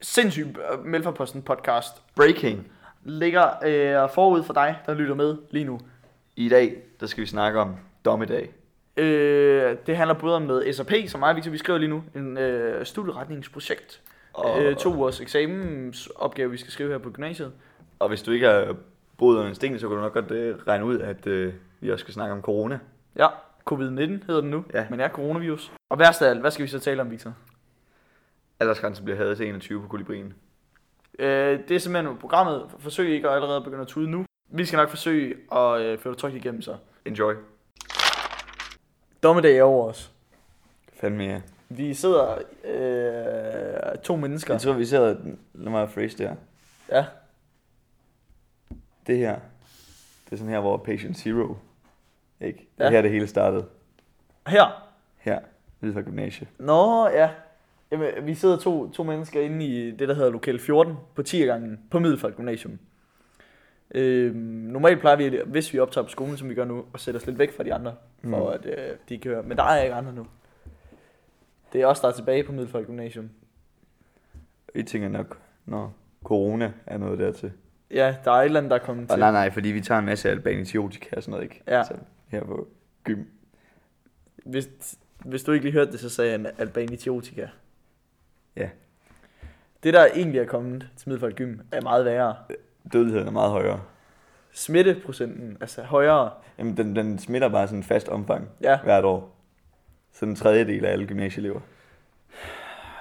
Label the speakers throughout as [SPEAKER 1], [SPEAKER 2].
[SPEAKER 1] sindssyg øh, Melforposten podcast
[SPEAKER 2] Breaking.
[SPEAKER 1] ligger øh, forud for dig, der lytter med lige nu.
[SPEAKER 2] I dag, der skal vi snakke om dommedag.
[SPEAKER 1] Øh, det handler både om med SAP, som mig og Victor, vi skriver lige nu, en øh, studieretningsprojekt.
[SPEAKER 2] Og-
[SPEAKER 1] Og... Øh, to ugers eksamensopgave, vi skal skrive her på gymnasiet.
[SPEAKER 2] Og hvis du ikke har boet under en sten, så kan du nok godt øh, regne ud, at øh, vi også skal snakke om corona.
[SPEAKER 1] Ja, covid-19 hedder den nu,
[SPEAKER 2] Ja.
[SPEAKER 1] ja. men er coronavirus. Og værst af alt, hvad skal vi så tale om, Victor?
[SPEAKER 2] Aldersgrænsen bliver hævet til 21 på kolibrien.
[SPEAKER 1] Øh, det er simpelthen programmet. Forsøg ikke at allerede begynde at tude nu. Vi skal nok forsøge at øh, føre det trygt igennem så.
[SPEAKER 2] Enjoy.
[SPEAKER 1] Dommedag er over os.
[SPEAKER 2] Fandme ja.
[SPEAKER 1] Vi sidder øh, to mennesker.
[SPEAKER 2] Jeg tror, vi sidder... Lad mig phrase der.
[SPEAKER 1] Ja.
[SPEAKER 2] Det her. Det er sådan her, hvor Patient Zero... Ikke? Det er
[SPEAKER 1] Ja.
[SPEAKER 2] her, det hele startede.
[SPEAKER 1] Her.
[SPEAKER 2] Her. Ude fra gymnasiet.
[SPEAKER 1] Nå, ja. Jamen, vi sidder to, to mennesker inde i det, der hedder lokal 14 på 10 gangen på Middelfart Gymnasium. Øhm, normalt plejer vi, hvis vi optager på skolen, som vi gør nu, at sætte os lidt væk fra de andre,
[SPEAKER 2] Mm.
[SPEAKER 1] for at øh, de kan høre. Men der er ikke andre nu. Det er os, der er tilbage på Middelfart Gymnasium.
[SPEAKER 2] I tænker nok, når corona er noget dertil.
[SPEAKER 1] Ja, der er et eller andet, der er kommet
[SPEAKER 2] Og
[SPEAKER 1] til.
[SPEAKER 2] nej, nej, fordi vi tager en masse albanitiotika og sådan noget, ikke?
[SPEAKER 1] Ja.
[SPEAKER 2] Så her på gym.
[SPEAKER 1] Hvis, hvis du ikke lige hørte det, så sagde han albanitiotika.
[SPEAKER 2] Ja.
[SPEAKER 1] Det, der egentlig er kommet til Middelfart Gym, er meget værre.
[SPEAKER 2] Dødeligheden er meget højere.
[SPEAKER 1] Smitteprocenten altså højere.
[SPEAKER 2] Jamen, den, den smitter bare sådan en fast omfang
[SPEAKER 1] Ja.
[SPEAKER 2] hvert år. Så en tredjedel af alle gymnasieelever.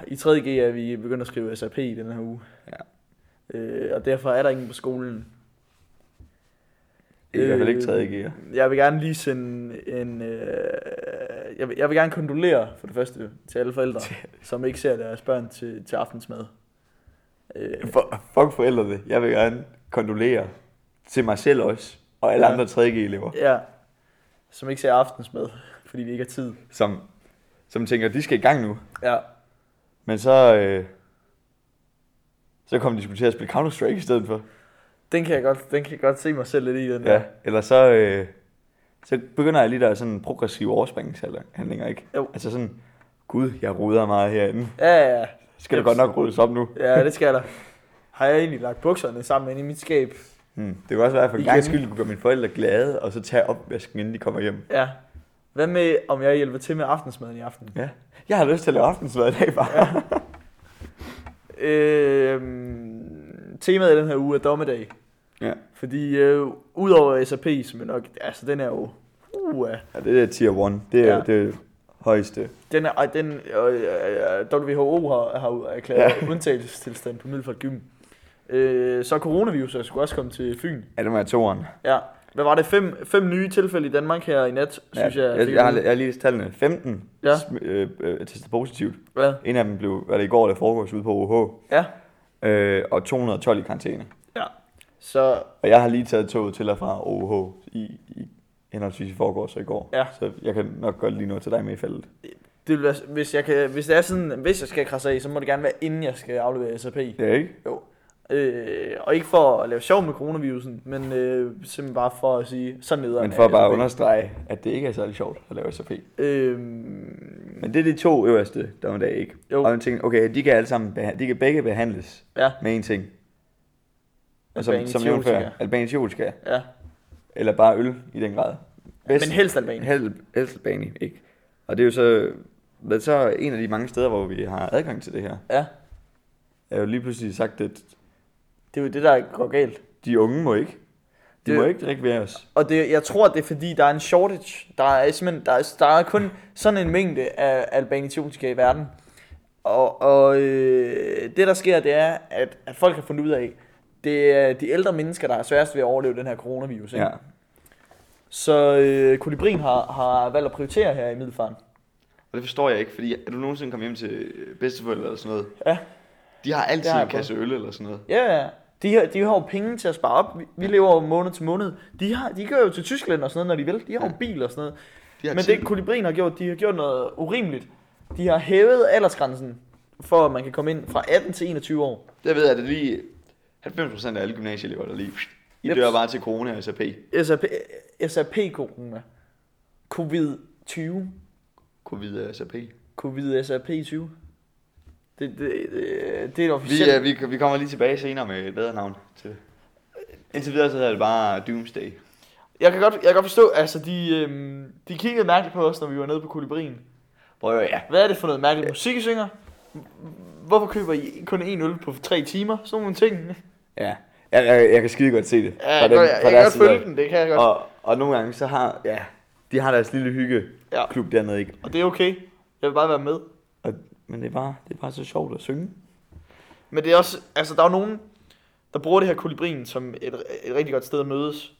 [SPEAKER 1] I 3.G er vi begyndt at skrive SAP i den her uge.
[SPEAKER 2] Ja.
[SPEAKER 1] Øh, og derfor er der ingen på skolen.
[SPEAKER 2] I hvert fald ikke
[SPEAKER 1] Øh,
[SPEAKER 2] tredje G'er.
[SPEAKER 1] Jeg vil gerne lige sende en... Øh, jeg, vil, jeg vil gerne kondolere for det første til alle forældre, som ikke ser deres børn til, til aftensmad. Øh,
[SPEAKER 2] For, fuck forældre det. Jeg vil gerne kondolere til mig selv også, og alle
[SPEAKER 1] Ja.
[SPEAKER 2] andre 3G-elever,
[SPEAKER 1] ja, som ikke ser aftensmad, fordi vi ikke har tid.
[SPEAKER 2] som, som tænker, de skal i gang nu.
[SPEAKER 1] Ja,
[SPEAKER 2] Men så, øh, så kommer de sgu til at spille Counter-Strike i stedet for.
[SPEAKER 1] den kan jeg godt, den kan jeg godt se mig selv lidt i, den der.
[SPEAKER 2] Ja. Eller så, øh, så begynder jeg lige der er sådan progressive overspringshandlinger, ikke?
[SPEAKER 1] Jo.
[SPEAKER 2] Altså sådan, gud, jeg ruder meget herinde.
[SPEAKER 1] Ja, ja, ja.
[SPEAKER 2] Skal der
[SPEAKER 1] Jeps.
[SPEAKER 2] godt nok ryddes op nu?
[SPEAKER 1] ja, det skal der. Har jeg egentlig lagt bukserne sammen inde i mit skab?
[SPEAKER 2] Hmm. Det kunne også være, for en
[SPEAKER 1] Igen.
[SPEAKER 2] gang skyld kunne gøre mine forældre glade, og så tage opvasken, inden de kommer hjem.
[SPEAKER 1] Ja. Hvad med, om jeg hjælper til med aftensmaden i aften?
[SPEAKER 2] Ja. Jeg har lyst til at lave aftensmad i dag, bare. Ja.
[SPEAKER 1] Øh, Øhm, temaet i den her uge er dommedag.
[SPEAKER 2] Ja.
[SPEAKER 1] Fordi øh, udover SAP, som er nok, altså den er jo, uh,
[SPEAKER 2] ja det er tier 1. Det er
[SPEAKER 1] Ja.
[SPEAKER 2] ja. det højeste.
[SPEAKER 1] den er, ej, den, øh, øh, WHO har, har erklæret ja. undtagelsestilstand på Middelfart Gym. Øh, så coronavirus er sgu også kommet til Fyn.
[SPEAKER 2] Ja, det må jeg toeren.
[SPEAKER 1] Ja. Hvad var det? Fem, fem nye tilfælde i Danmark her i nat, synes
[SPEAKER 2] ja,
[SPEAKER 1] jeg.
[SPEAKER 2] jeg,
[SPEAKER 1] fik
[SPEAKER 2] jeg, har,
[SPEAKER 1] at vide.
[SPEAKER 2] jeg har lige læst tallene. 15
[SPEAKER 1] Ja.
[SPEAKER 2] sm- øh, øh, testet positivt.
[SPEAKER 1] Hvad?
[SPEAKER 2] En af dem blev, var det i går, der foregås ude på OH.
[SPEAKER 1] Ja.
[SPEAKER 2] Øh, og 212 i karantæne.
[SPEAKER 1] ja. Så
[SPEAKER 2] Og jeg har lige taget toget til og fra OH i, i henholdsvis i forgårs og i går.
[SPEAKER 1] Ja.
[SPEAKER 2] Så jeg kan nok godt lige nå til dig med i faldet.
[SPEAKER 1] det vil være, hvis, jeg kan, hvis det er sådan, hvis jeg skal krasse af, så må det gerne være inden jeg skal aflevere SAP.
[SPEAKER 2] Ja, ikke?
[SPEAKER 1] Jo. Øh, og ikke for at lave sjov med coronavirusen, men øh, simpelthen bare for at sige, så neder.
[SPEAKER 2] Men for at
[SPEAKER 1] altså.
[SPEAKER 2] bare understrege, at det ikke er særlig sjovt at lave SAP.
[SPEAKER 1] Øh,
[SPEAKER 2] Men det er de to øverste dommedag, ikke?
[SPEAKER 1] Jo.
[SPEAKER 2] Og jeg tænkte, okay, de kan, alle sammen beha- de kan begge behandles
[SPEAKER 1] ja,
[SPEAKER 2] med en ting. Og som, som
[SPEAKER 1] Albanitiotika.
[SPEAKER 2] nævnt før, albanitiotika.
[SPEAKER 1] ja.
[SPEAKER 2] Eller bare øl i den grad.
[SPEAKER 1] Men helst Albanien.
[SPEAKER 2] Hel- helst Albani, ikke? Og det er jo så, men så en af de mange steder, hvor vi har adgang til det her.
[SPEAKER 1] Ja,
[SPEAKER 2] Jeg har jo lige pludselig sagt, at
[SPEAKER 1] det er jo det, der går galt.
[SPEAKER 2] de unge må ikke. De
[SPEAKER 1] Det-
[SPEAKER 2] må ikke drikke ved os.
[SPEAKER 1] Og det, jeg tror, det er fordi, der er en shortage. Der er simpelthen der er, der er kun sådan en mængde af albanitiotika i verden. Og, og øh, det, der sker, det er, at, at folk har fundet ud af, det er de ældre mennesker, der har sværest ved at overleve den her coronavirus. Ikke?
[SPEAKER 2] Ja.
[SPEAKER 1] Så øh, kolibrin har, har valgt at prioritere her i Middelfart.
[SPEAKER 2] Og det forstår jeg ikke, fordi er du nogensinde kommet hjem til øh, bedsteforældre eller sådan noget?
[SPEAKER 1] Ja.
[SPEAKER 2] De har altid
[SPEAKER 1] Det har
[SPEAKER 2] har
[SPEAKER 1] jeg
[SPEAKER 2] en kasse øl eller sådan noget.
[SPEAKER 1] Ja, ja. De, har- de har jo penge til at spare op. Vi, vi lever jo måned til måned. De, har, de kører jo til Tyskland og sådan noget, når de vil. De har jo bil og sådan noget.
[SPEAKER 2] De har
[SPEAKER 1] Men
[SPEAKER 2] tid.
[SPEAKER 1] det kolibrien har gjort, de har gjort noget urimeligt. De har hævet aldersgrænsen for, at man kan komme ind fra 18 til 21 år.
[SPEAKER 2] Der ved jeg, at det er lige 90% af alle gymnasieelever, der lige... I
[SPEAKER 1] Jeps.
[SPEAKER 2] dør bare til corona og SAP.
[SPEAKER 1] SAP, øh, SAP-corona. Covid-20.
[SPEAKER 2] Covid og SAP.
[SPEAKER 1] Covid-SAP-20. Det Det, det, det, det er et
[SPEAKER 2] Vi,
[SPEAKER 1] officielt...
[SPEAKER 2] øh, vi, vi kommer lige tilbage senere med et bedre navn til det. Indtil videre så hedder det bare Doomsday.
[SPEAKER 1] Jeg kan godt, jeg kan godt forstå, altså de, øhm, de kiggede mærkeligt på os, når vi var nede på Kolibrien.
[SPEAKER 2] Prøv at ja.
[SPEAKER 1] Hvad er det for noget mærkeligt musik, I synger? Hvorfor køber I kun én øl på tre timer? Sådan nogle ting.
[SPEAKER 2] Ja. Jeg, jeg, jeg kan skide godt se det.
[SPEAKER 1] Ja, jeg, kan godt- jeg, jeg kan godt følge den, det kan jeg godt. Og,
[SPEAKER 2] Og, og nogle gange så har, ja, de har deres lille
[SPEAKER 1] Ja.
[SPEAKER 2] hyggeklub ja. dernede, ikke?
[SPEAKER 1] og det er okay. Jeg vil bare være med.
[SPEAKER 2] Og, men det er, bare, det er bare så sjovt at synge.
[SPEAKER 1] Men det er også, altså der er jo nogen, der bruger det her kolibrien som et, et rigtig godt sted at mødes.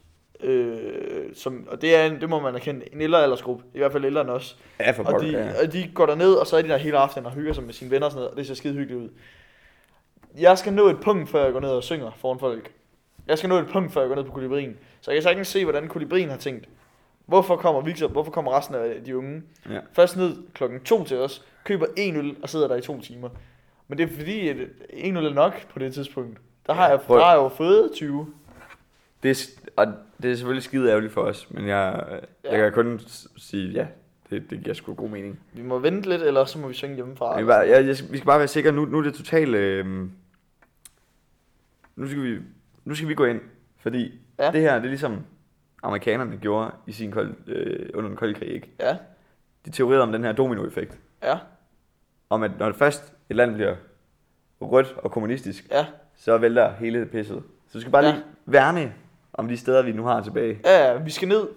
[SPEAKER 1] Øh, som, og det er, en, det må man erkende, en ældre aldersgruppe, i hvert fald ældre end os.
[SPEAKER 2] Ja, for
[SPEAKER 1] Og
[SPEAKER 2] pokker,
[SPEAKER 1] de,
[SPEAKER 2] ja.
[SPEAKER 1] og de går derned, og så er de der hele aftenen og hygger sig med sine venner og sådan noget, og det ser skide hyggeligt ud. Jeg skal nå et punkt, før jeg går ned og synger foran folk. Jeg skal nå et punkt, før jeg går ned på kolibrien. Så jeg kan sagtens se, hvordan kolibrien har tænkt. Hvorfor kommer Victor, hvorfor kommer resten af de unge?
[SPEAKER 2] Ja.
[SPEAKER 1] Først ned klokken to til os, køber en øl og sidder der i to timer. Men det er fordi, at en øl er nok på det tidspunkt. Der har
[SPEAKER 2] Ja,
[SPEAKER 1] jeg,
[SPEAKER 2] prøv.
[SPEAKER 1] der har jeg jo fået 20.
[SPEAKER 2] Det er, s- og det er selvfølgelig skide ærgerligt for os, men jeg, ja. jeg
[SPEAKER 1] Ja.
[SPEAKER 2] kan kun s- sige, ja, det, det giver sgu god mening.
[SPEAKER 1] Vi må vente lidt, eller så må vi synge hjemmefra.
[SPEAKER 2] Men bare, jeg, jeg, vi skal bare være sikre, nu, nu er det totalt... Øh, nu, skal vi, nu skal vi gå ind, fordi
[SPEAKER 1] Ja.
[SPEAKER 2] ja. det her, det er ligesom amerikanerne gjorde i sin kold, øh, under den kolde krig, ikke?
[SPEAKER 1] Ja,
[SPEAKER 2] De teorerede om den her dominoeffekt,
[SPEAKER 1] ja,
[SPEAKER 2] om at når først et land bliver rødt og kommunistisk,
[SPEAKER 1] ja,
[SPEAKER 2] så vælter hele pisset. Så vi skal bare
[SPEAKER 1] Ja.
[SPEAKER 2] ja. lige værne om de steder, vi nu har tilbage.
[SPEAKER 1] ja, ja, vi skal ned.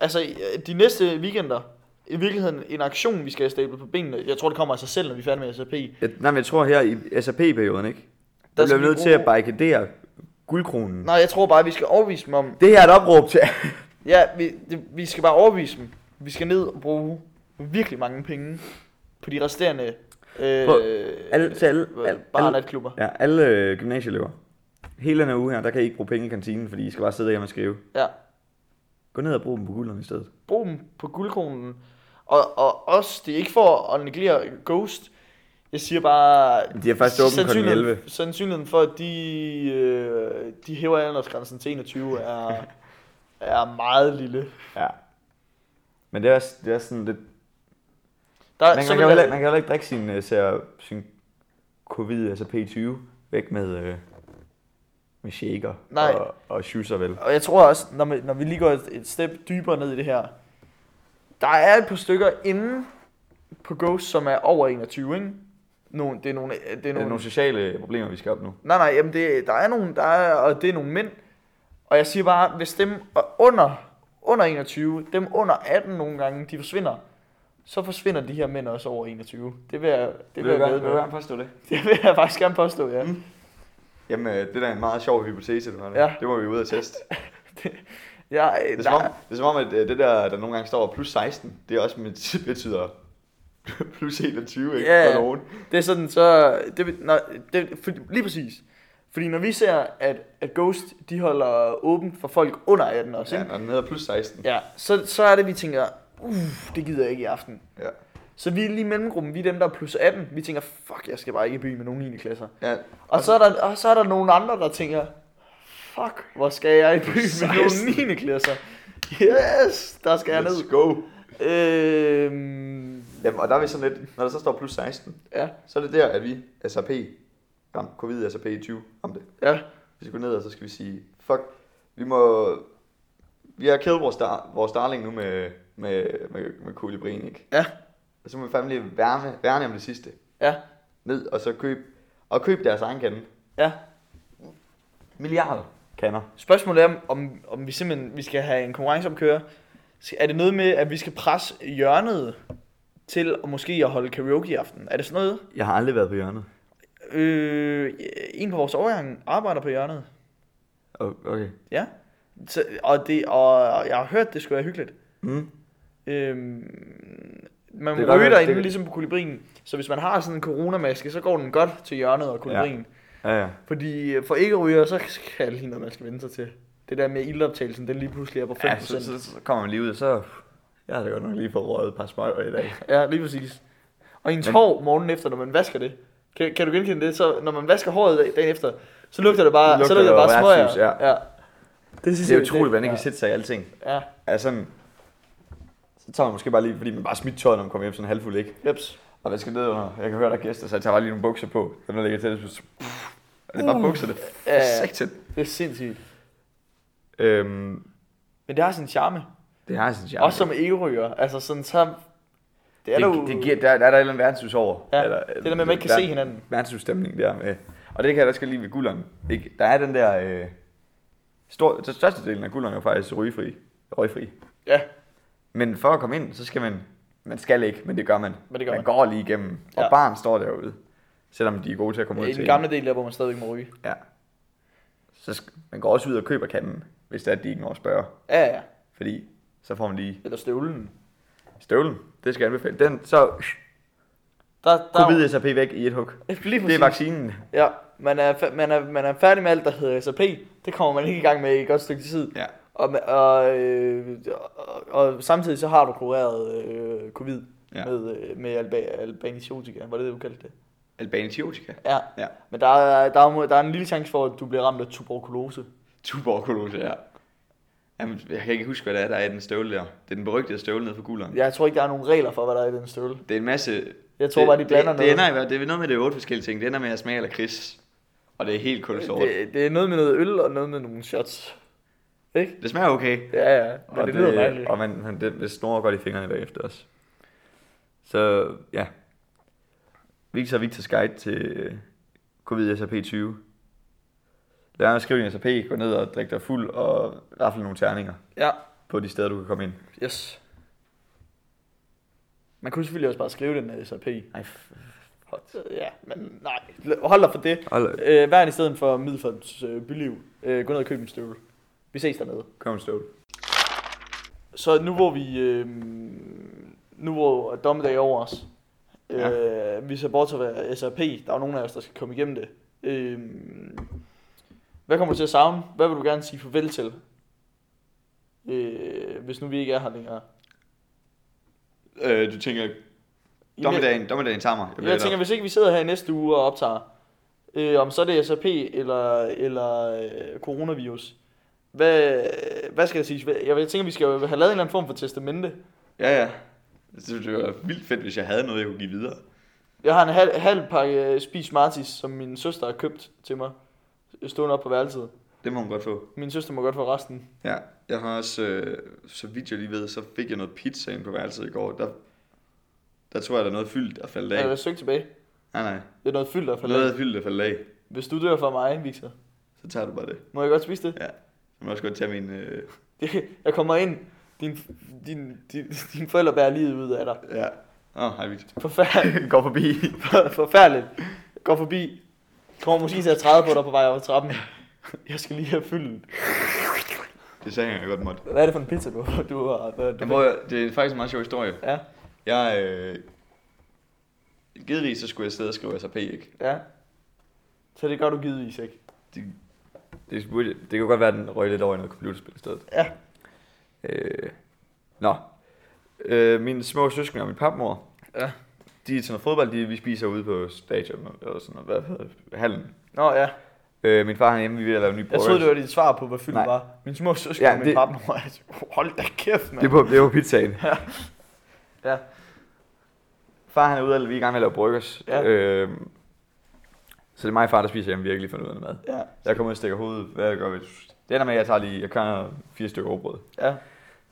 [SPEAKER 1] Altså, de næste weekender, i virkeligheden en aktion, vi skal have stablet på benene. Jeg tror, det kommer af sig selv, når vi er færdige med SAP.
[SPEAKER 2] Jeg, nej, men jeg tror her i SAP-perioden, ikke? Der
[SPEAKER 1] skal
[SPEAKER 2] bliver
[SPEAKER 1] vi
[SPEAKER 2] vi nødt til
[SPEAKER 1] bruge-
[SPEAKER 2] at barrikadere guldkronen. Nej.
[SPEAKER 1] Nej, jeg tror bare, vi skal overbevise dem om,
[SPEAKER 2] Det her er et opråb til...
[SPEAKER 1] Ja, vi, det, vi skal bare overbevise dem. Vi skal ned og bruge virkelig mange penge på de resterende øh,
[SPEAKER 2] På alle- til alle-
[SPEAKER 1] øh,
[SPEAKER 2] alle-
[SPEAKER 1] bare
[SPEAKER 2] alle-
[SPEAKER 1] natklubber.
[SPEAKER 2] Ja, alle øh, gymnasieelever. Hele den her uge her, der kan I ikke bruge penge i kantinen, fordi I skal bare sidde hjemme og skrive.
[SPEAKER 1] Ja.
[SPEAKER 2] Gå ned og brug dem på gulderne i stedet.
[SPEAKER 1] Brug dem på guldkronen. Og, og også, det er ikke for at negligere Ghost. Jeg siger bare...
[SPEAKER 2] De er faktisk åbent kl. 11.
[SPEAKER 1] sandsynligheden for, at de, øh, de hæver aldersgrænsen til 21, er, er meget lille.
[SPEAKER 2] Ja. Men det er også, det er sådan lidt...
[SPEAKER 1] Der,
[SPEAKER 2] Man, man, kan, jo heller, man kan heller ikke drikke sin, øh, ser, sin covid, altså P20, væk med, øh, med shaker
[SPEAKER 1] Nej.
[SPEAKER 2] og, og schusser vel.
[SPEAKER 1] Og jeg tror også, når, man, når vi lige går et, et step dybere ned i det her, der er et par stykker inde på Ghost, som er over 21, ikke? Nogle, det er nogle, det er
[SPEAKER 2] Det er
[SPEAKER 1] nogle,
[SPEAKER 2] nogle sociale problemer, vi skal op nu.
[SPEAKER 1] Nej, nej, jamen det, der er nogle, der er, og det er nogle mænd. Og jeg siger bare, hvis dem er under, under 21, dem under 18 nogle gange, de forsvinder, så forsvinder de her mænd også over 21. Det vil jeg, det vil jeg, ved med.
[SPEAKER 2] påstå det?
[SPEAKER 1] Det vil jeg faktisk gerne påstå, ja.
[SPEAKER 2] Mm. Jamen, øh, det der er en meget sjov hypotese, du har. der.
[SPEAKER 1] Ja.
[SPEAKER 2] Det må vi ud og teste.
[SPEAKER 1] Jeg,
[SPEAKER 2] Det er, som om,
[SPEAKER 1] der,
[SPEAKER 2] det er som om, at øh, det der, der nogle gange står plus 16, det er også mit, betyder plus 21, ikke?
[SPEAKER 1] Ja, ja.
[SPEAKER 2] For nogen.
[SPEAKER 1] Det er sådan, så... Det, nej, det, for, lige præcis. Fordi når vi ser, at, at Ghost, de holder åbent for folk under 18 også,
[SPEAKER 2] Ja,
[SPEAKER 1] ikke?
[SPEAKER 2] når den hedder plus 16.
[SPEAKER 1] Ja. så, så er det, vi tænker, uff, det gider jeg ikke i aften.
[SPEAKER 2] Ja.
[SPEAKER 1] Så vi er lige i mellemgruppen, vi er dem, der er plus 18. Vi tænker, fuck, jeg skal bare ikke i byen med nogen 9. klasser.
[SPEAKER 2] ja.
[SPEAKER 1] Og så, er der, og så er der nogle andre, der tænker, fuck, hvor skal jeg i byen med
[SPEAKER 2] 16.
[SPEAKER 1] nogen 9. klasser? Yes, der skal jeg ned.
[SPEAKER 2] Let's go.
[SPEAKER 1] Øhm,
[SPEAKER 2] Jamen, og der er vi sådan lidt, når der så står plus 16,
[SPEAKER 1] ja,
[SPEAKER 2] så er det der, at vi, SAP, ram, covid SAP 20, om det.
[SPEAKER 1] ja,
[SPEAKER 2] Vi skal gå ned, og så skal vi sige, fuck, vi må, vi har kædet vores, dar, vores darling nu med, med, med, med kolibrin, ikke?
[SPEAKER 1] ja,
[SPEAKER 2] Og så må vi fandme lige værne, værne om det sidste.
[SPEAKER 1] ja,
[SPEAKER 2] Ned, og så køb, og køb deres egen kande.
[SPEAKER 1] ja.
[SPEAKER 2] Milliarder kander.
[SPEAKER 1] Spørgsmålet er, om, om vi simpelthen vi skal have en konkurrence om køre. Skal- Er det noget med, at vi skal presse hjørnet til at måske at holde karaoke i aften? Er det sådan noget?
[SPEAKER 2] Jeg har aldrig været på hjørnet.
[SPEAKER 1] Øh, en på vores overgang arbejder på hjørnet.
[SPEAKER 2] Okay.
[SPEAKER 1] Ja. Så, og, det, og jeg har hørt, det skulle være hyggeligt.
[SPEAKER 2] Mm.
[SPEAKER 1] Øhm, man
[SPEAKER 2] Det er
[SPEAKER 1] må
[SPEAKER 2] godt,
[SPEAKER 1] ryge
[SPEAKER 2] at-
[SPEAKER 1] derinde,
[SPEAKER 2] det-
[SPEAKER 1] ligesom på kolibrien. Så hvis man har sådan en coronamaske, så går den godt til hjørnet og kolibrien. Ja.
[SPEAKER 2] Ja, ja.
[SPEAKER 1] Fordi øh, for ikke ryger, så skal det lige noget, man skal vende sig til. Det der med at ildoptagelsen, den lige pludselig er på 5%.
[SPEAKER 2] ja så, så, så, kommer man lige ud, og så... Jeg har da godt nok lige fået røget et par smøger i dag.
[SPEAKER 1] Ja, lige præcis. Og ens
[SPEAKER 2] Men-
[SPEAKER 1] hår morgenen efter, når man vasker det. Kan, kan du genkende det? Så når man vasker håret dag- dagen efter, så lugter det bare,
[SPEAKER 2] Lugter
[SPEAKER 1] så lugter det
[SPEAKER 2] det
[SPEAKER 1] bare
[SPEAKER 2] jo
[SPEAKER 1] smøger.
[SPEAKER 2] værtshus, ja.
[SPEAKER 1] ja. Det,
[SPEAKER 2] Det er utroligt, hvordan det kan sætte sig i alting.
[SPEAKER 1] Ja,
[SPEAKER 2] Altså sådan... Så tager man måske bare lige, fordi man bare smidt tøjet, når man kommer hjem sådan halvfuld, ikke?
[SPEAKER 1] jeps.
[SPEAKER 2] Og hvad skal ned under? Jeg kan høre, der er gæster, så jeg tager bare lige nogle bukser på. Dem, der ligger til, det, så... Pff, er det bare
[SPEAKER 1] Uh.
[SPEAKER 2] bukser, det
[SPEAKER 1] Ja,
[SPEAKER 2] er
[SPEAKER 1] ja.
[SPEAKER 2] sektet.
[SPEAKER 1] Det er sindssygt.
[SPEAKER 2] Øhm,
[SPEAKER 1] Men det har sin charme.
[SPEAKER 2] det har jeg sådan, jeg...
[SPEAKER 1] Også som eryger. Altså sådan så... Det er
[SPEAKER 2] det,
[SPEAKER 1] der
[SPEAKER 2] det,
[SPEAKER 1] jo...
[SPEAKER 2] det giver, der, der er der et eller andet verdenshus over.
[SPEAKER 1] Ja,
[SPEAKER 2] eller,
[SPEAKER 1] det der med, at man ikke kan se hinanden.
[SPEAKER 2] Verdenshus-stemning der med. Og det kan jeg da også godt lide ved gulderen. Ikke? Der er den der... Øh, stor, så størstedelen af gulderen er jo faktisk røgfri. røgfri.
[SPEAKER 1] Ja,
[SPEAKER 2] Men for at komme ind, så skal man... Man skal ikke, men det gør man.
[SPEAKER 1] Men det gør
[SPEAKER 2] man,
[SPEAKER 1] man.
[SPEAKER 2] går lige igennem. Og
[SPEAKER 1] Ja.
[SPEAKER 2] barn står derude. Selvom de er gode til at komme ud
[SPEAKER 1] i
[SPEAKER 2] til
[SPEAKER 1] den
[SPEAKER 2] en.
[SPEAKER 1] gamle del der, hvor man stadigvæk må ryge.
[SPEAKER 2] Ja. Så sk- man går også ud og køber kanden, hvis det er, at de ikke når at spørge.
[SPEAKER 1] Ja, ja.
[SPEAKER 2] Fordi så får man lige
[SPEAKER 1] Eller støvlen.
[SPEAKER 2] støvlen. Det skal jeg anbefale. Den, så
[SPEAKER 1] Der, der,
[SPEAKER 2] covid-SAP væk i et hug.
[SPEAKER 1] Lige
[SPEAKER 2] Det er
[SPEAKER 1] præcis.
[SPEAKER 2] vaccinen.
[SPEAKER 1] Ja, man er, fa- man, er, man er færdig med alt, der hedder SAP. Det kommer man ikke i gang med i et godt stykke tid.
[SPEAKER 2] Ja.
[SPEAKER 1] Og, ma- og, øh, og, og samtidig så har du kureret øh, covid
[SPEAKER 2] Ja.
[SPEAKER 1] ja. med, øh, med alba, albanitiotika. Var det det, du kaldte det?
[SPEAKER 2] Albanitiotika.
[SPEAKER 1] Ja.
[SPEAKER 2] Ja.
[SPEAKER 1] Men der er, der, er, må- der er en lille chance for, at du bliver ramt af tuberkulose.
[SPEAKER 2] Tuberkulose, ja. Jamen, jeg kan ikke huske, hvad det er, der er i den støvle der. Det er den berygtede støvle nede for gulderen.
[SPEAKER 1] Jeg tror ikke, der er nogen regler for, hvad der er i den støvle.
[SPEAKER 2] Det er en masse...
[SPEAKER 1] Jeg tror bare, de blander
[SPEAKER 2] det, det,
[SPEAKER 1] noget.
[SPEAKER 2] ender i hvert det er noget med, det er otte forskellige ting. Det ender med at smage eller kris. Og det er helt kulsort. Det,
[SPEAKER 1] Det, det er noget med noget øl og noget med nogle shots. Ikke?
[SPEAKER 2] det smager okay.
[SPEAKER 1] Ja, ja. Men
[SPEAKER 2] og
[SPEAKER 1] det, det lyder mærkeligt.
[SPEAKER 2] Og man, man det, det snorer godt i fingrene bagefter også. Så ja. Victor Victors guide til øh, covid-SAP20. Lad mig skrive din SAP, gå ned og drikke dig fuld og rafle nogle terninger
[SPEAKER 1] Ja,
[SPEAKER 2] på de steder, du kan komme ind.
[SPEAKER 1] yes. Man kunne selvfølgelig også bare skrive den af SAP.
[SPEAKER 2] Nej,
[SPEAKER 1] Hold- Ja, men nej. Hold dig for det.
[SPEAKER 2] Hold-
[SPEAKER 1] Øh, vær i stedet for Middelfarts øh, byliv. Øh, gå ned og køb en støvle. Vi ses dernede.
[SPEAKER 2] kom støvl.
[SPEAKER 1] Så nu hvor vi... Øh, nu hvor dommedag er over os. Øh, Vi ser bort til at være SRP. Der er jo nogen af os, der skal komme igennem det. Øh, hvad kommer du til at savne? Hvad vil du gerne sige farvel til? Øh, hvis nu vi ikke er her længere.
[SPEAKER 2] Øh, du tænker, dommedagen, dommedagen tager mig.
[SPEAKER 1] Jeg, jeg tænker, hvis ikke vi sidder her i næste uge og optager, øh, om så er det SAP eller, eller øh, coronavirus, hvad, hvad skal der siges? Hvad- Jeg, jeg tænker, vi skal jo have lavet en eller anden form for testamente.
[SPEAKER 2] Ja, ja. Jeg synes, det var vildt fedt, hvis jeg havde noget, jeg kunne give videre.
[SPEAKER 1] Jeg har en halv, halv pakke øh, Spis Martis, som min søster har købt til mig, øh, stående op på værelset.
[SPEAKER 2] Det må hun godt få.
[SPEAKER 1] Min søster må godt få resten.
[SPEAKER 2] Ja, jeg har også, øh, så vidt jeg lige ved, så fik jeg noget pizza ind på værelset i går. Der, der tror jeg, der er noget fyldt, der faldt
[SPEAKER 1] Ja.
[SPEAKER 2] af.
[SPEAKER 1] Jeg er søgt tilbage.
[SPEAKER 2] Nej, nej.
[SPEAKER 1] Det er noget fyldt der for
[SPEAKER 2] Noget
[SPEAKER 1] lidt.
[SPEAKER 2] er fyldt, der faldt af.
[SPEAKER 1] Hvis du dør for mig, Victor,
[SPEAKER 2] Så tager du bare det.
[SPEAKER 1] må jeg godt spise det?
[SPEAKER 2] Ja. Jeg må også godt tage min... Øh,
[SPEAKER 1] det jeg kommer ind. Din, din, din, dine forældre bærer livet ud af dig.
[SPEAKER 2] ja. Åh, oh, hej Victor.
[SPEAKER 1] Forfærdeligt.
[SPEAKER 2] Går forbi.
[SPEAKER 1] For- forfærdeligt. Går forbi. Kommer måske til at træde på dig på vej over trappen. Jeg skal lige have fylden.
[SPEAKER 2] Det sagde jeg, jeg godt måtte.
[SPEAKER 1] Hvad er det for en pizza, du, du har? Du,
[SPEAKER 2] Jeg
[SPEAKER 1] du,
[SPEAKER 2] prøver, det er faktisk en meget sjov historie.
[SPEAKER 1] ja,
[SPEAKER 2] Jeg... Øh, givetvis så skulle jeg sidde og skrive SAP, ikke?
[SPEAKER 1] ja. Så det gør du givetvis ikke.
[SPEAKER 2] Det, det, burde, det kan godt være, at den røg lidt over i noget computerspil i stedet.
[SPEAKER 1] Ja.
[SPEAKER 2] Øh, nå. Øh, mine små søskende og min papmor,
[SPEAKER 1] Ja.
[SPEAKER 2] de er til noget fodbold, de, vi spiser ude på stadion, eller sådan noget, hvad hedder det, hallen.
[SPEAKER 1] Nå ja,
[SPEAKER 2] Øh, min far han er hjemme, vi er ved at lave en ny
[SPEAKER 1] jeg troede det var dit svar på, hvad fylden
[SPEAKER 2] Nej.
[SPEAKER 1] var. Min små søskende
[SPEAKER 2] Ja,
[SPEAKER 1] ja, og
[SPEAKER 2] det-
[SPEAKER 1] min papmor. altså, Hold da kæft, mand.
[SPEAKER 2] det var, det var pizzaen.
[SPEAKER 1] Ja.
[SPEAKER 2] Far han er ude, eller vi er i gang med at lave bryggers.
[SPEAKER 1] Ja.
[SPEAKER 2] Øh, så det er mig og far, der spiser hjemme virkelig for noget mad.
[SPEAKER 1] Ja,
[SPEAKER 2] Jeg kommer ud og stikker hovedet. Hvad gør vi? Det ender med, at jeg tager lige, jeg kører fire stykker råbrød.
[SPEAKER 1] ja,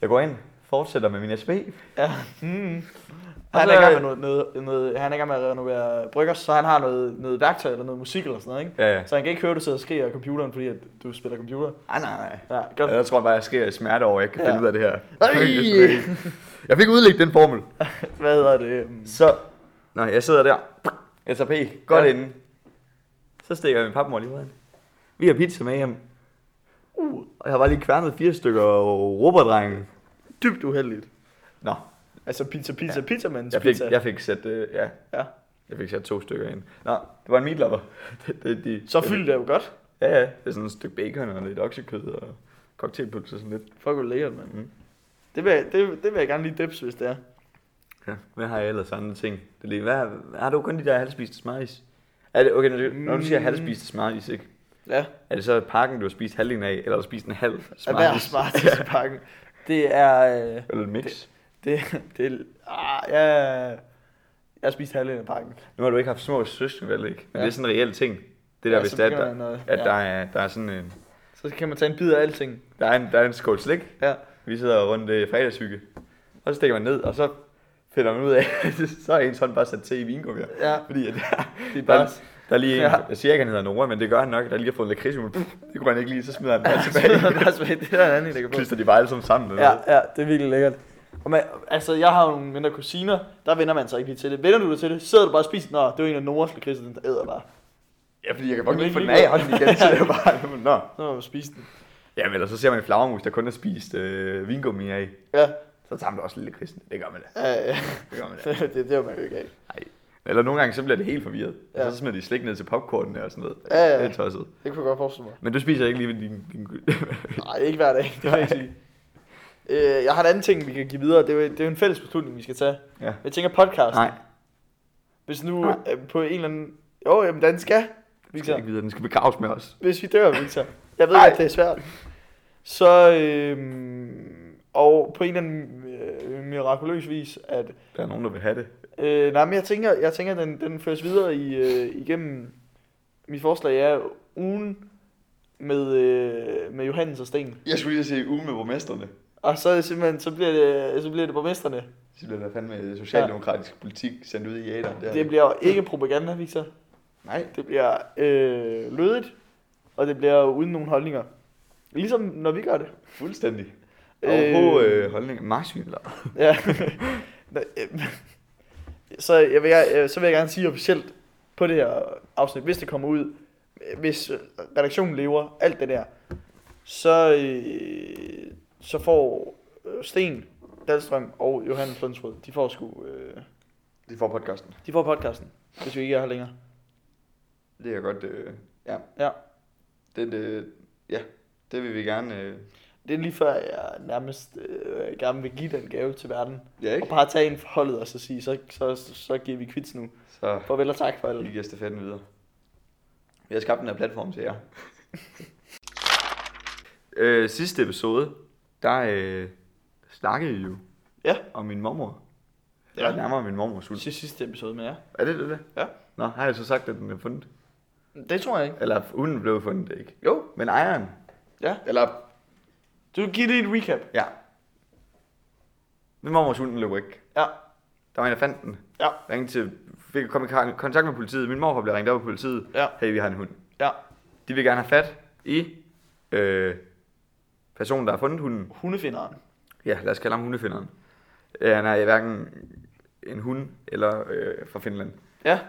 [SPEAKER 2] Jeg går ind, fortsætter med min SB.
[SPEAKER 1] ja. Mm.
[SPEAKER 2] Han
[SPEAKER 1] Han
[SPEAKER 2] er
[SPEAKER 1] er i
[SPEAKER 2] i gang
[SPEAKER 1] med noget, noget, noget, han er i gang med at renovere bryggers, så han har noget, noget værktøj eller noget musik eller sådan noget, ikke?
[SPEAKER 2] Ja, ja.
[SPEAKER 1] Så han kan ikke høre, at du sidder og skriger af computeren, fordi at du spiller computer.
[SPEAKER 2] Ej, Ah, nej, nej.
[SPEAKER 1] Ja, godt.
[SPEAKER 2] Jeg tror bare, jeg skriger i smerte over, at jeg ikke kan finde
[SPEAKER 1] Ja.
[SPEAKER 2] ud af det her.
[SPEAKER 1] Ej!
[SPEAKER 2] Jeg fik udlægget den formel.
[SPEAKER 1] Hvad hedder det? Mm.
[SPEAKER 2] Så, nå, jeg sidder der. SAP, godt ja.
[SPEAKER 1] Ja.
[SPEAKER 2] inde. Så stikker jeg min papmor lige ud. Vi har pizza med hjem. Uh, og jeg har bare lige kværnet fire stykker råberdrengen.
[SPEAKER 1] Dybt uheldigt.
[SPEAKER 2] Nå,
[SPEAKER 1] Altså pizza, pizza, ja. pizza, men
[SPEAKER 2] jeg fik,
[SPEAKER 1] pizza.
[SPEAKER 2] jeg fik sat, øh, ja,
[SPEAKER 1] Ja.
[SPEAKER 2] jeg fik sat to stykker ind. Nå, det var en meatlopper. det, det, de,
[SPEAKER 1] Så fyldt det jo godt.
[SPEAKER 2] Ja, ja. Det er sådan et stykke bacon og lidt oksekød og cocktailpølse og sådan lidt.
[SPEAKER 1] Fuck, hvor lækkert, mand.
[SPEAKER 2] Mm.
[SPEAKER 1] Mm. Det, vil, jeg- det, det vil jeg gerne lige dips, hvis det er.
[SPEAKER 2] Ja. Hvad har jeg ellers andre ting? Det er lige, hvad, har du kun de der halvspiste smarties? Er det, okay, når du, når du siger
[SPEAKER 1] Mm.
[SPEAKER 2] halvspiste smarties, ikke?
[SPEAKER 1] Ja,
[SPEAKER 2] Er det så pakken, du har spist halvdelen af, eller har du spist en halv smarties?
[SPEAKER 1] at være smart til pakken. Det er... Øh,
[SPEAKER 2] Eller en mix?
[SPEAKER 1] det, det, ah, ja, Jeg har spist halvdelen af pakken.
[SPEAKER 2] Nu har du ikke haft små søskende, vel ikke? Men ja.
[SPEAKER 1] Ja.
[SPEAKER 2] det er sådan en reel ting. Det der,
[SPEAKER 1] Ja,
[SPEAKER 2] hvis
[SPEAKER 1] så
[SPEAKER 2] det er, at,
[SPEAKER 1] begynder
[SPEAKER 2] der,
[SPEAKER 1] man at-
[SPEAKER 2] at
[SPEAKER 1] ja.
[SPEAKER 2] der, er, der er sådan en,
[SPEAKER 1] Så kan man tage en bid af alting.
[SPEAKER 2] der er en, der er en skål slik.
[SPEAKER 1] Ja.
[SPEAKER 2] Vi sidder rundt øh, fredagshygge. Og så stikker man ned, og så finder man ud af, at så er en sådan bare sat til i vingummier.
[SPEAKER 1] Ja,
[SPEAKER 2] Fordi at der,
[SPEAKER 1] det er bare...
[SPEAKER 2] der er lige en,
[SPEAKER 1] Ja.
[SPEAKER 2] jeg siger ikke, han hedder Nora, men det gør han nok, der lige har fået en lakridsjul. Pff, Det kunne han ikke lide, Mm. så smider han den bare tilbage.
[SPEAKER 1] tilbage. det er der en anden, der kan få.
[SPEAKER 2] Klister de bare alle sammen sammen. Eller?
[SPEAKER 1] Ja,
[SPEAKER 2] hvad?
[SPEAKER 1] ja, det er virkelig lækkert. Og man, altså, jeg har jo nogle mindre kusiner, der vender man sig ikke lige til det. Vender du dig til det, sidder du bare og spiser, nå, det var en af Noras lakridser, den der æder bare.
[SPEAKER 2] ja, fordi jeg kan bare
[SPEAKER 1] Jamen,
[SPEAKER 2] ikke få den
[SPEAKER 1] ikke
[SPEAKER 2] af
[SPEAKER 1] lige-
[SPEAKER 2] hånden igen, så det er bare, nå.
[SPEAKER 1] Så må man spise den.
[SPEAKER 2] Ja, men ellers så ser man en flagermus, der kun har spist øh, vingummi af.
[SPEAKER 1] Ja,
[SPEAKER 2] Så tager man da også lidt kristen. Det gør man da.
[SPEAKER 1] øh,
[SPEAKER 2] Det gør man da.
[SPEAKER 1] det, det var man jo ikke af.
[SPEAKER 2] Ej. Eller nogle gange, så bliver det helt forvirret. Ja.
[SPEAKER 1] Ja.
[SPEAKER 2] Og så smider de slik ned til popcornene og sådan noget.
[SPEAKER 1] Ja, ja.
[SPEAKER 2] Det er tosset.
[SPEAKER 1] Det kunne jeg godt forestille mig.
[SPEAKER 2] Men du spiser ikke lige ved din... din...
[SPEAKER 1] Nej, ikke hver dag, det må jeg sige. Øh, jeg har en anden ting, vi kan give videre. Det er, jo, det er jo en fælles beslutning, vi skal tage.
[SPEAKER 2] ja.
[SPEAKER 1] Jeg tænker podcast.
[SPEAKER 2] Nej,
[SPEAKER 1] Hvis nu
[SPEAKER 2] Nej.
[SPEAKER 1] øh, på en eller anden... Jo, jamen den skal.
[SPEAKER 2] vi
[SPEAKER 1] Victor.
[SPEAKER 2] skal ikke videre. Den skal begraves med os.
[SPEAKER 1] Hvis vi dør, Victor. Jeg ved
[SPEAKER 2] Ej.
[SPEAKER 1] godt, det er svært. Så... Øhm, og på en eller anden øh, mirakuløs vis, at...
[SPEAKER 2] Der er nogen, der vil have det.
[SPEAKER 1] Øh, nej, men jeg tænker, jeg tænker den, den føres videre i, øh, igennem... Mit forslag er ugen med, øh, med Johannes og Sten.
[SPEAKER 2] Jeg skulle lige sige uge med borgmesterne.
[SPEAKER 1] Og så, er det simpelthen, så, bliver det, så bliver det borgmesterne.
[SPEAKER 2] Så bliver der fandme
[SPEAKER 1] socialdemokratisk
[SPEAKER 2] socialdemokratisk ja. politik sendt ud i æderen.
[SPEAKER 1] Ja. Det bliver ikke propaganda, Victor.
[SPEAKER 2] Nej.
[SPEAKER 1] Det bliver øh, lødigt, og det bliver uden nogen holdninger. Ligesom når vi gør det.
[SPEAKER 2] Fuldstændig.
[SPEAKER 1] Øh.
[SPEAKER 2] Overhovedet øh, holdning. Marsvin eller?
[SPEAKER 1] Ja. Nå, øhm. så, jeg vil, gerne- øh, så vil jeg gerne sige officielt på det her afsnit, hvis det kommer ud, øh, hvis øh, redaktionen lever, alt det der, så, øh, så får øh, Sten Dahlstrøm og Johannes Lundsrud, de får sgu, øh,
[SPEAKER 2] Det får podcasten.
[SPEAKER 1] de får podcasten, hvis vi ikke er her længere.
[SPEAKER 2] Det er godt. Øh, ja.
[SPEAKER 1] Ja.
[SPEAKER 2] Det, det, ja, det vil vi gerne. Øh,
[SPEAKER 1] Det er lige før, jeg nærmest øh, gerne vil give den gave til verden.
[SPEAKER 2] ja,
[SPEAKER 1] Og bare tage en for holdet og så sige, så, så, så giver vi kvids nu.
[SPEAKER 2] Så
[SPEAKER 1] Farvel og tak for
[SPEAKER 2] vi
[SPEAKER 1] alt.
[SPEAKER 2] giver stafetten videre. Vi har skabt den her platform til jer. øh, sidste episode, der øh, snakkede I jo
[SPEAKER 1] Ja.
[SPEAKER 2] om min mormor.
[SPEAKER 1] Ja.
[SPEAKER 2] Ja. Nærmere min mormors hund.
[SPEAKER 1] Til sidste episode med jer.
[SPEAKER 2] Er det det? det?
[SPEAKER 1] Ja.
[SPEAKER 2] Nå, har jeg så sagt, at den er fundet?
[SPEAKER 1] Det tror jeg ikke.
[SPEAKER 2] Eller hunden blev fundet, ikke?
[SPEAKER 1] Jo.
[SPEAKER 2] Men ejeren?
[SPEAKER 1] Ja.
[SPEAKER 2] Eller,
[SPEAKER 1] Du vil give det et recap.
[SPEAKER 2] ja. Min mormors hund løb ikke.
[SPEAKER 1] Ja.
[SPEAKER 2] Der var en, der fandt den.
[SPEAKER 1] Ja.
[SPEAKER 2] Ringede til, fik kom i kar- kontakt med politiet. Min morfar blev ringet op af politiet.
[SPEAKER 1] Ja.
[SPEAKER 2] Hey, vi har en hund.
[SPEAKER 1] Ja.
[SPEAKER 2] De vil gerne have fat i øh, personen, der har fundet hunden.
[SPEAKER 1] Hundefinderen.
[SPEAKER 2] Ja, lad os kalde ham hundefinderen. Øh, han er hverken en hund eller øh, fra Finland.
[SPEAKER 1] Ja.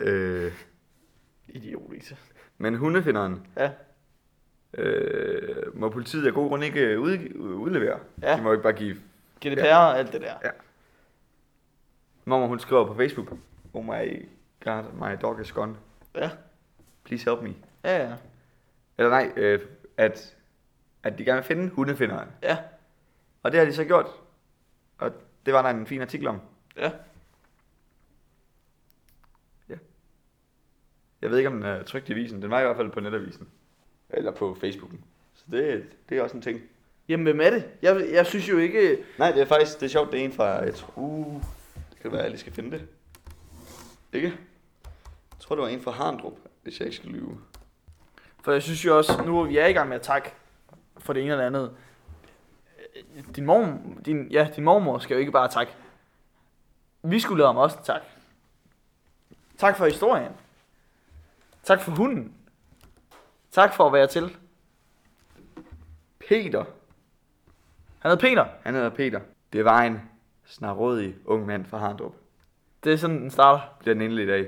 [SPEAKER 2] Øh,
[SPEAKER 1] Idiot, Lisa.
[SPEAKER 2] men hundefinderen
[SPEAKER 1] Ja.
[SPEAKER 2] øh, må politiet af god grund ikke ud, udlevere.
[SPEAKER 1] Ja.
[SPEAKER 2] De må ikke bare give...
[SPEAKER 1] GDPR ja. og alt det der.
[SPEAKER 2] Ja. Mamma, hun skriver på Facebook. Oh my god, my dog is gone.
[SPEAKER 1] Ja.
[SPEAKER 2] Please help me.
[SPEAKER 1] Ja, ja.
[SPEAKER 2] Eller nej, øh, at, at de gerne vil finde hundefinderen.
[SPEAKER 1] Ja.
[SPEAKER 2] Og det har de så gjort. Og det var der en fin artikel om.
[SPEAKER 1] Ja.
[SPEAKER 2] Jeg ved ikke, om den er trygt i avisen. Den var i hvert fald på netavisen. Eller på Facebooken. Så det, det er også en ting.
[SPEAKER 1] Jamen, hvem er det? Jeg, jeg synes jo ikke...
[SPEAKER 2] Nej, det er faktisk det er sjovt. Det er en fra, jeg tror... Det kan være, at jeg lige skal finde det. Ikke? Jeg tror, det var en fra Harndrup, hvis jeg ikke skal lyve.
[SPEAKER 1] For jeg synes jo også, nu vi er i gang med at takke for det ene eller andet. Øh, Din, mor, din, ja, din mormor skal jo ikke bare tak. Vi skulle lade ham også tak. Tak for historien. Tak for hunden. Tak for at være til.
[SPEAKER 2] Peter.
[SPEAKER 1] Han hedder Peter.
[SPEAKER 2] Han hedder Peter. Det var en snarrådig ung mand fra Harndrup.
[SPEAKER 1] Det er sådan, den starter.
[SPEAKER 2] Det er den endelige dag.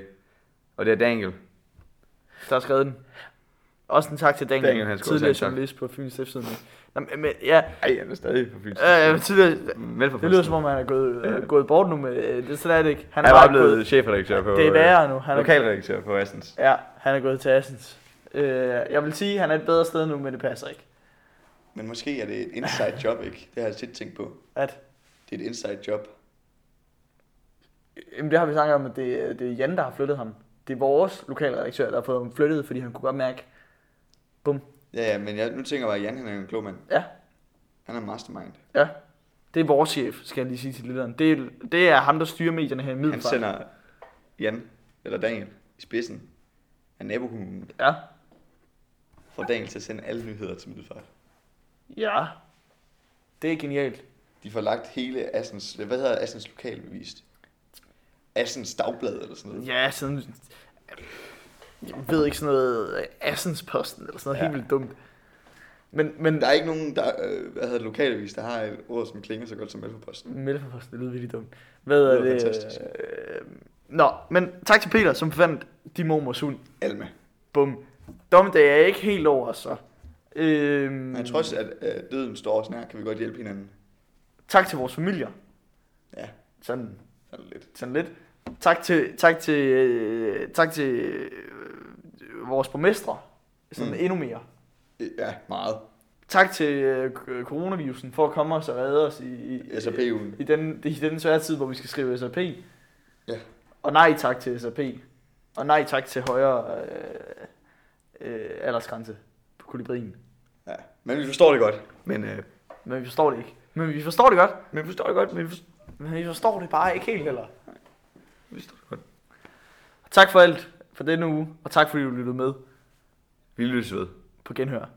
[SPEAKER 2] Og det er Daniel.
[SPEAKER 1] der har skrevet den. Også en tak til Daniel,
[SPEAKER 2] Daniel,
[SPEAKER 1] Daniel
[SPEAKER 2] han skal også have
[SPEAKER 1] tidligere
[SPEAKER 2] en tak.
[SPEAKER 1] journalist på Fyns Stiftstidende. Nå, Men, men, ja,
[SPEAKER 2] Ej, han er stadig på Fyns.
[SPEAKER 1] øh, øh, tidligere,
[SPEAKER 2] Meld for
[SPEAKER 1] det lyder som om, han er gået,
[SPEAKER 2] Ja.
[SPEAKER 1] øh, gået bort nu, men øh, det, sådan er det ikke.
[SPEAKER 2] Han er bare blevet
[SPEAKER 1] gået,
[SPEAKER 2] chefredaktør på... øh,
[SPEAKER 1] det er værre nu. Han er,
[SPEAKER 2] Lokalredaktør på Assens.
[SPEAKER 1] Ja, han er gået til Assens. Øh, jeg vil sige, at han er et bedre sted nu, men det passer ikke.
[SPEAKER 2] Men måske er det et inside job, ikke? Det har jeg tit tænkt på.
[SPEAKER 1] At,
[SPEAKER 2] Det er et inside job.
[SPEAKER 1] jamen, det har vi snakket om, at det, er- det er Jan, der har flyttet ham. Det er vores lokalredaktør, der har fået ham flyttet, fordi han kunne godt mærke, bum,
[SPEAKER 2] Ja, ja, men jeg, nu tænker jeg bare, at Jan han er en klog mand.
[SPEAKER 1] ja,
[SPEAKER 2] Han er en mastermind.
[SPEAKER 1] ja. Det er vores chef, skal jeg lige sige til lytteren. Det er, det er ham, der styrer medierne her i
[SPEAKER 2] Han
[SPEAKER 1] Middelfart.
[SPEAKER 2] sender Jan, eller Daniel, i spidsen af nabokommunen,
[SPEAKER 1] Ja.
[SPEAKER 2] får Daniel til at sende alle nyheder til Middelfart.
[SPEAKER 1] Ja. Det er genialt.
[SPEAKER 2] De får lagt hele Assens, hvad hedder Assens lokalbevist? Assens Dagblad eller sådan noget.
[SPEAKER 1] Ja, sådan... Jeg ved ikke, sådan noget Assens-posten eller sådan noget ja.
[SPEAKER 2] Ja.
[SPEAKER 1] helt vildt dumt. Men, men
[SPEAKER 2] Der er ikke nogen, der, øh, hvad hedder det, lokalavis, der har et ord, som klinger så godt som Alfa-posten.
[SPEAKER 1] Mælkeposten, det lyder virkelig dumt. Hvad er
[SPEAKER 2] lyder
[SPEAKER 1] det?
[SPEAKER 2] fantastisk.
[SPEAKER 1] Øh, nå, men tak til Peter, som fandt din mormors hund.
[SPEAKER 2] Alma.
[SPEAKER 1] Bum. Dommedag er ikke helt over os, så. Øhm,
[SPEAKER 2] Men trods at øh, døden står os nær, kan vi godt hjælpe hinanden.
[SPEAKER 1] Tak til vores familier.
[SPEAKER 2] Ja,
[SPEAKER 1] Sådan,
[SPEAKER 2] sådan lidt.
[SPEAKER 1] sådan lidt. Tak til, tak til, øh, tak til øh, vores borgmestre. Sådan mm.
[SPEAKER 2] Mm.
[SPEAKER 1] endnu mere.
[SPEAKER 2] Øh, Ja, meget.
[SPEAKER 1] Tak til øh, k- coronavirusen for at komme os og redde os i, i,
[SPEAKER 2] SAP-ugen.
[SPEAKER 1] i, den, i den svære tid, hvor vi skal skrive SAP.
[SPEAKER 2] Ja.
[SPEAKER 1] Og nej tak til SAP. Og nej tak til højere øh, øh, aldersgrænse på kolibrien.
[SPEAKER 2] Ja. Men vi forstår det godt. Men, øh,
[SPEAKER 1] Men vi forstår det ikke. Men vi forstår det godt.
[SPEAKER 2] men vi forstår det godt. Men vi forstår,
[SPEAKER 1] Men vi forstår det bare ikke helt, eller?
[SPEAKER 2] vi forstår det godt.
[SPEAKER 1] Tak for alt for denne uge, og tak fordi du lyttede med
[SPEAKER 2] Vi lyttes ved.
[SPEAKER 1] på Genhør.